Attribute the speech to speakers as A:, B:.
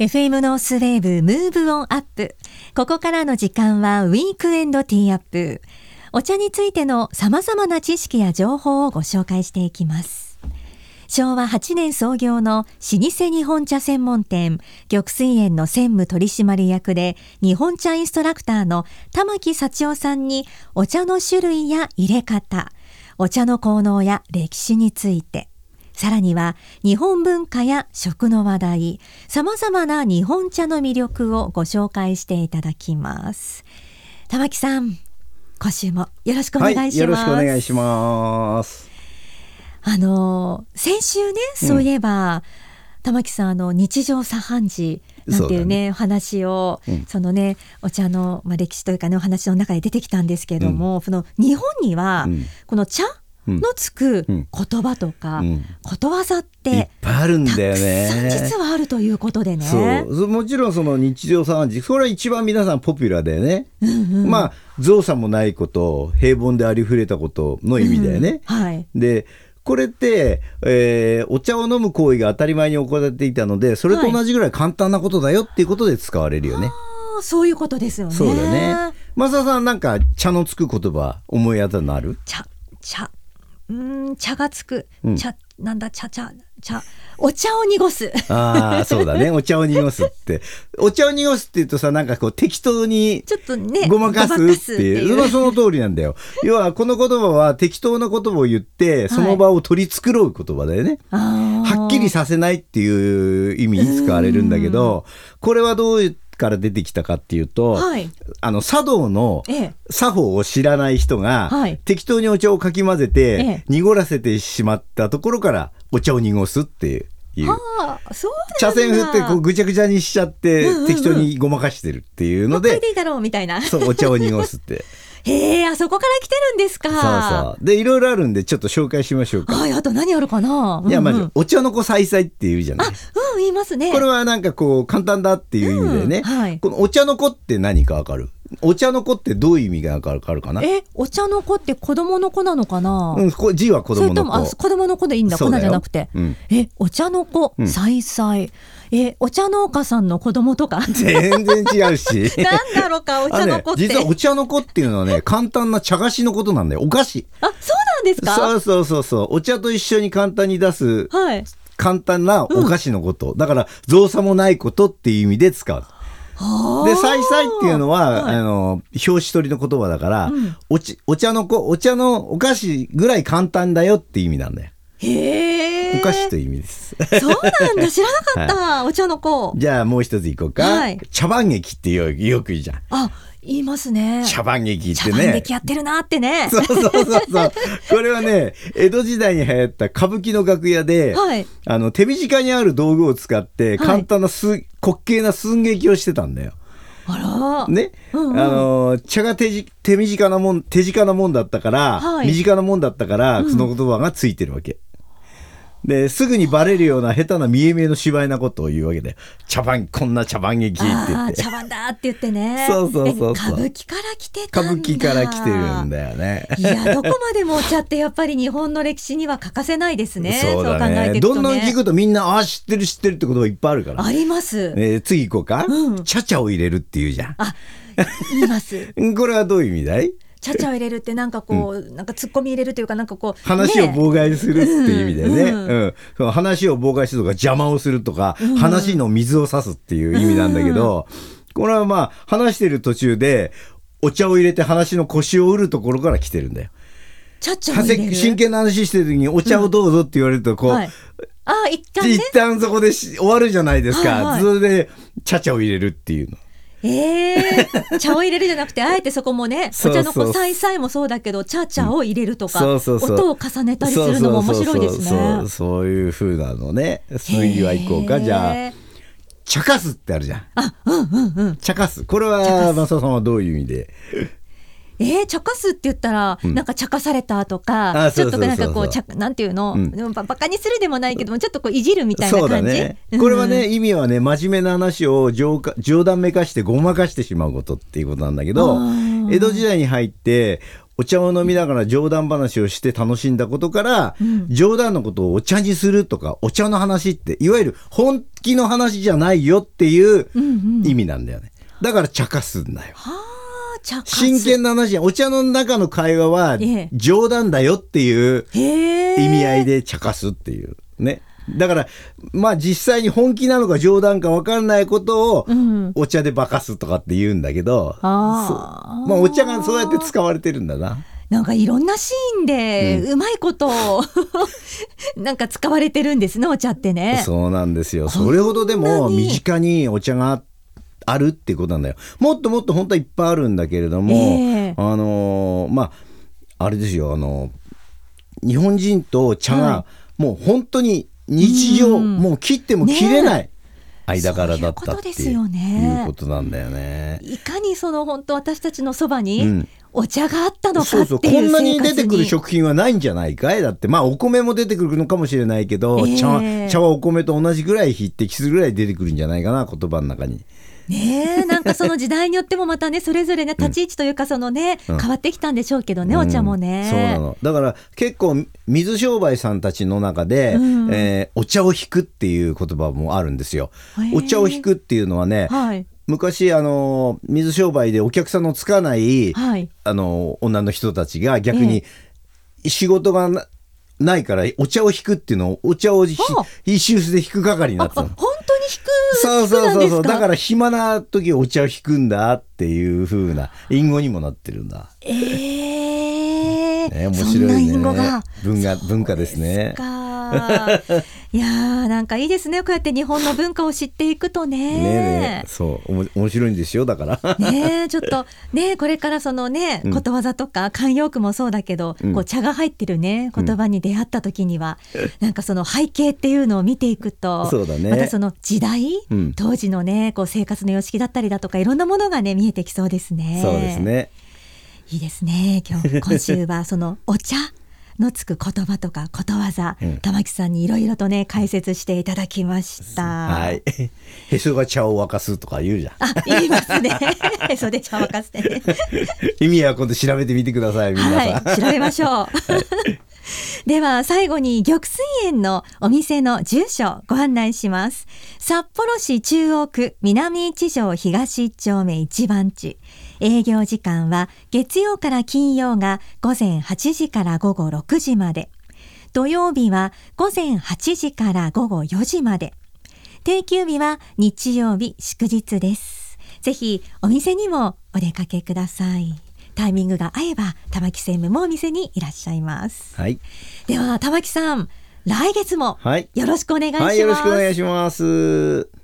A: FM ノースウェーブムーブオンアップ。ここからの時間はウィークエンドティーアップ。お茶についての様々な知識や情報をご紹介していきます。昭和8年創業の老舗日本茶専門店、玉水園の専務取締役で日本茶インストラクターの玉木幸男さんにお茶の種類や入れ方、お茶の効能や歴史について、さらには日本文化や食の話題、様々な日本茶の魅力をご紹介していただきます。玉木さん、今週もよろしくお願いします。
B: はい、よろしくお願いします。
A: あのー先週ね、そういえば、玉木さんあの日常茶飯事なんていう
B: そう
A: ね
B: だね
A: お話を、そのねお茶の、まあ、歴史というかねお話の中で出てきたんですけれども、その日本には、
B: うん
A: この茶
B: うん
A: のつく
B: うん
A: 言葉とか、
B: うん
A: ことわざっ
B: いってぱいあるん
A: たく
B: だよ
A: さん
B: ね。
A: 実はあるということでね。
B: そうそもちろんその日常茶飯事それは一番皆さんポピュラーだよね、まあ造作もないこと平凡でありふれたことの意味だよね、
A: うんはい
B: でこれって、えーお茶を飲む行為が当たり前に行われていたのでそれと同じぐらい簡単なことだよっていうことで使われるよね、
A: あーそういうことですよね。
B: そうだね増田さんなんか茶のつく言葉思い当たるのある
A: 茶茶うーん茶がつく
B: うん
A: 茶、なんだ茶茶茶お茶を濁す
B: ああ、そうだね。お茶を濁すって。お茶を濁すって言うとさ、なんかこう適当に
A: ちょっとね
B: ごまかす
A: ごまか
B: っ
A: す
B: て
A: っていう
B: いう。それはその通りなんだよ。要は、この言葉は適当な言葉を言って、その場を取り繕う言葉だよね。は
A: は
B: っきりさせないっていう意味に使われるんだけど、これはどうから出てきたかっていうと、
A: はい
B: あの、茶道の、
A: ええ
B: 作法を知らない人が、
A: はい
B: 適当にお茶をかき混ぜ
A: え
B: て
A: え、
B: 濁らせてしまったところからお茶を濁すっていう。
A: はあそうなんだ
B: 茶筅振ってこうぐちゃぐちゃにしちゃって
A: うんうん
B: 適当にごまかしてるっていう
A: もう
B: の
A: 一回
B: で
A: でいいだろうみたいな
B: そうお茶を濁すって
A: へえあそこから来てるんですか
B: そうそうでいろいろあるんでちょっと紹介しましょうか
A: はいあと何あるかない
B: やま
A: うんう
B: ず
A: ん
B: お茶の子さいさいっていうじゃない
A: うん言いますね
B: これはなんかこう簡単だっていう意味でね、
A: うんはい
B: このお茶の子って何かわかるお茶の子ってどういう意味がわかるかな
A: えお茶の子って子供の子なのかな、
B: うんこ字は子
A: それ
B: 供
A: と
B: の
A: もあ
B: 子
A: 子供の子でいいんだ
B: そう
A: 粉
B: だよ
A: じゃなくて、
B: うん
A: えお茶の子
B: ん
A: さいさいえお茶農家さんの子供 とか
B: 全然違うし
A: なんだろうかお茶の子って
B: あのね実はお茶の子っていうのはね簡単な茶菓子のことなんだよお菓子
A: あそうなんですか
B: そうそうそうそうお茶と一緒に簡単に出す
A: はい
B: 簡単なお菓子のこと、だから造作もないことっていう意味で使う。で「さいさい」っていうのは、
A: はい
B: あの表紙取りの言葉だから、
A: ん
B: おちお茶の子お茶のお菓子ぐらい簡単だよって意味なんだよ。
A: へえ
B: お菓子という意味です。
A: そうなんだ知らなかった、お茶の子
B: じゃあもう一ついこうか。
A: はい
B: 茶番劇ってよよく言うじゃん。
A: あ言いますね
B: 茶番劇って
A: 茶番
B: ね
A: 劇。やってるなってね
B: そうそうそうそう。これはね、江戸時代に流行った歌舞伎の楽屋で、
A: はい
B: あの手短にある道具を使って
A: はい
B: 簡単なす、滑稽な寸劇をしてたんだよ。
A: あら、
B: ね、
A: うんうん
B: あの茶が手じ手短なもん手近なもんだったから、
A: はい
B: 身近なもんだったから、その言葉がついてるわけ。ですぐにバレるような下手な見え目の芝居なことを言うわけで茶番こんな茶番劇って言
A: あ
B: っ
A: ー
B: て
A: 茶番だって言ってね
B: そうそうそうそう
A: え歌舞伎から来てた
B: 歌
A: んだ
B: 舞伎から来てるんだよね。
A: いやどこまでもお茶ってやっぱり日本の歴史には欠かせないですね
B: そうだ
A: 考えて
B: ね
A: いくとね
B: どんどん聞くとみんなああー知ってる知ってるってことがいっぱいあるから、
A: あります、
B: えー次行こうか、
A: うん
B: 茶々を入れるっていうじゃん
A: あ言い ます
B: これはどういう意味だい
A: ちゃちゃを入れるってなんかこう、なんか突っ込み入れるというかなんかこう
B: 話を
A: ね
B: 妨害するっていう意味だよね。
A: う
B: うんんその話を妨害するとか邪魔をするとか、話の水を差すっていう意味なんだけど、これはまあ話してる途中でお茶を入れて話の腰を折るところから来てるんだよ。
A: ちゃちゃを入れる
B: 真剣な話してる時にお茶をどうぞって言われるとこう、
A: はい、あー一
B: で
A: 回ね
B: 一旦そこでし終わるじゃないですか。
A: はいはい
B: それで茶々を入れるっていうの。
A: えー、茶を入れるじゃ なくてあえてそこもねお
B: そうそ
A: 茶
B: う
A: の子さいさいもそうだけどちゃちゃを入れるとか、
B: そうそうそう
A: 音を重ねたりするのも面白いですね
B: そうそうそうそうそういう風なのね。次は行こう
A: へ
B: か。
A: ー
B: じゃあ。茶化すってあるじゃん。茶化す。これは、マサさんはどういう意味で。
A: えー、茶化すって言ったら、なんか茶化されたとか
B: あ
A: ち
B: そ
A: ょっ
B: う
A: と
B: そうそうそ
A: な
B: う
A: んかこう茶なんていうの、
B: うん
A: でもババカにするでもないけどもちょっとこういじるみたいな
B: そうだ
A: 感じ
B: ね
A: う。ん
B: これはね、意味はね、真面目な話を冗談冗談めかしてごまかしてしまうことっていうことなんだけど
A: あー、
B: 江戸時代に入って、お茶を飲みながら冗談話をして楽しんだことから、
A: うん
B: 冗談のことをお茶にするとか、お茶の話って、いわゆる本気の話じゃないよっていう
A: うんうん
B: 意味なんだよね。だから茶化すんだよ。
A: はあ、茶化す
B: 真剣な話じゃんお茶の中の会話は
A: ええ
B: 冗談だよっていう
A: へえ
B: 意味合いで茶化すっていうね。だから、まあ実際に本気なのか冗談か分かんないことを
A: うん
B: お茶で化かすとかって言うんだけど、
A: ああ
B: まあお茶がそうやって使われてるんだな。
A: なんかいろんなシーンでうまい ことを、なんか使われてるんですねお茶ってね
B: そうなんですよ。それほどで
A: こ
B: も
A: んなに
B: 身近にお茶があるってことなんだよ。もっともっと本当はいっぱいあるんだけれども、
A: ええ
B: あのーまああれですよあのー日本人と茶が
A: は
B: もう本当に日常、
A: うん
B: もう切っても切れない間柄だっ
A: そ
B: た
A: ういうこと
B: って
A: で
B: いう
A: すよね
B: いうことなんだよね。
A: いかにその本当私たちのそば
B: う
A: に
B: ん
A: お茶があったのか
B: そう
A: って
B: そう
A: いう生活に、
B: こんなに出てくる食品はないんじゃないかいだってまあお米も出てくるのかもしれないけど、
A: ええ
B: 茶は茶はお米と同じぐらい匹敵するぐらい出てくるんじゃないかな言葉の中に。
A: ねえなんかその時代によってもまたねそれぞれね立ち位置というかそのね、
B: ん
A: 変わってきたんでしょうけどね、お茶もね
B: うんそうなのだから結構水商売さんたちの中で、
A: うん
B: えーお茶を引くっていう言葉もあるんですよ
A: へー。
B: お茶を引くっていうのはね、
A: はい
B: 昔あの水商売でお客さんのつかない、
A: はい
B: あの女の人たちが逆に
A: え
B: 仕事がなないからお茶を引くっていうのをお茶をひ
A: はあ
B: 一周で引く係に
A: あ
B: な
A: あ
B: ってた
A: 本
B: の。
A: 当に引く
B: そうそう
A: 引くなん
B: そう
A: です
B: そう
A: か
B: だから暇な時お茶を引くんだっていう風な隠語にもなってるんだ。
A: ええ
B: ね、面
A: そん
B: 白い
A: な
B: ね。
A: 隠語が
B: 文化文化ですね。
A: かいやーなんかいいですねこうやって日本の文化を知っていくと
B: ねえね
A: ね
B: えそうおも面白いんですよだから。
A: ねえちょっとねこれからそのね、
B: ん
A: ことわざとか慣用句もそうだけど、
B: うん
A: こう茶が入ってるね言葉に出会った時に は、なんかその背景っていうのを見ていくと
B: そうだね
A: またその時代、
B: うん
A: 当時のねこう生活の様式だったりだとかいろんなものがね見えてきそうですね。
B: そうですね。
A: いいですね今 日今週はそのお茶のつく言葉とかことわざ、
B: うん
A: 玉木さんにいろいろとね解説していただきました。
B: はい。へそが茶を沸かすとか言うじゃん。
A: あ言いますね。 それで茶沸かせてね。
B: 意味は今度調べてみてください皆さん。
A: はい、調べましょう。 では最後に玉水園のお店の住所ご案内します。札幌市中央区南一条東一丁目一番地。営業時間は月曜から金曜が午前8時から午後6時まで。土曜日は午前8時から午後4時まで。定休日は日曜日祝日です。ぜひお店にもお出かけください。タイミングが合えば玉木専務もお店にいらっしゃいます。
B: はい。
A: では玉木さん、来月も
B: はい
A: よろしくお願いします。
B: はい、よろしくお願いします。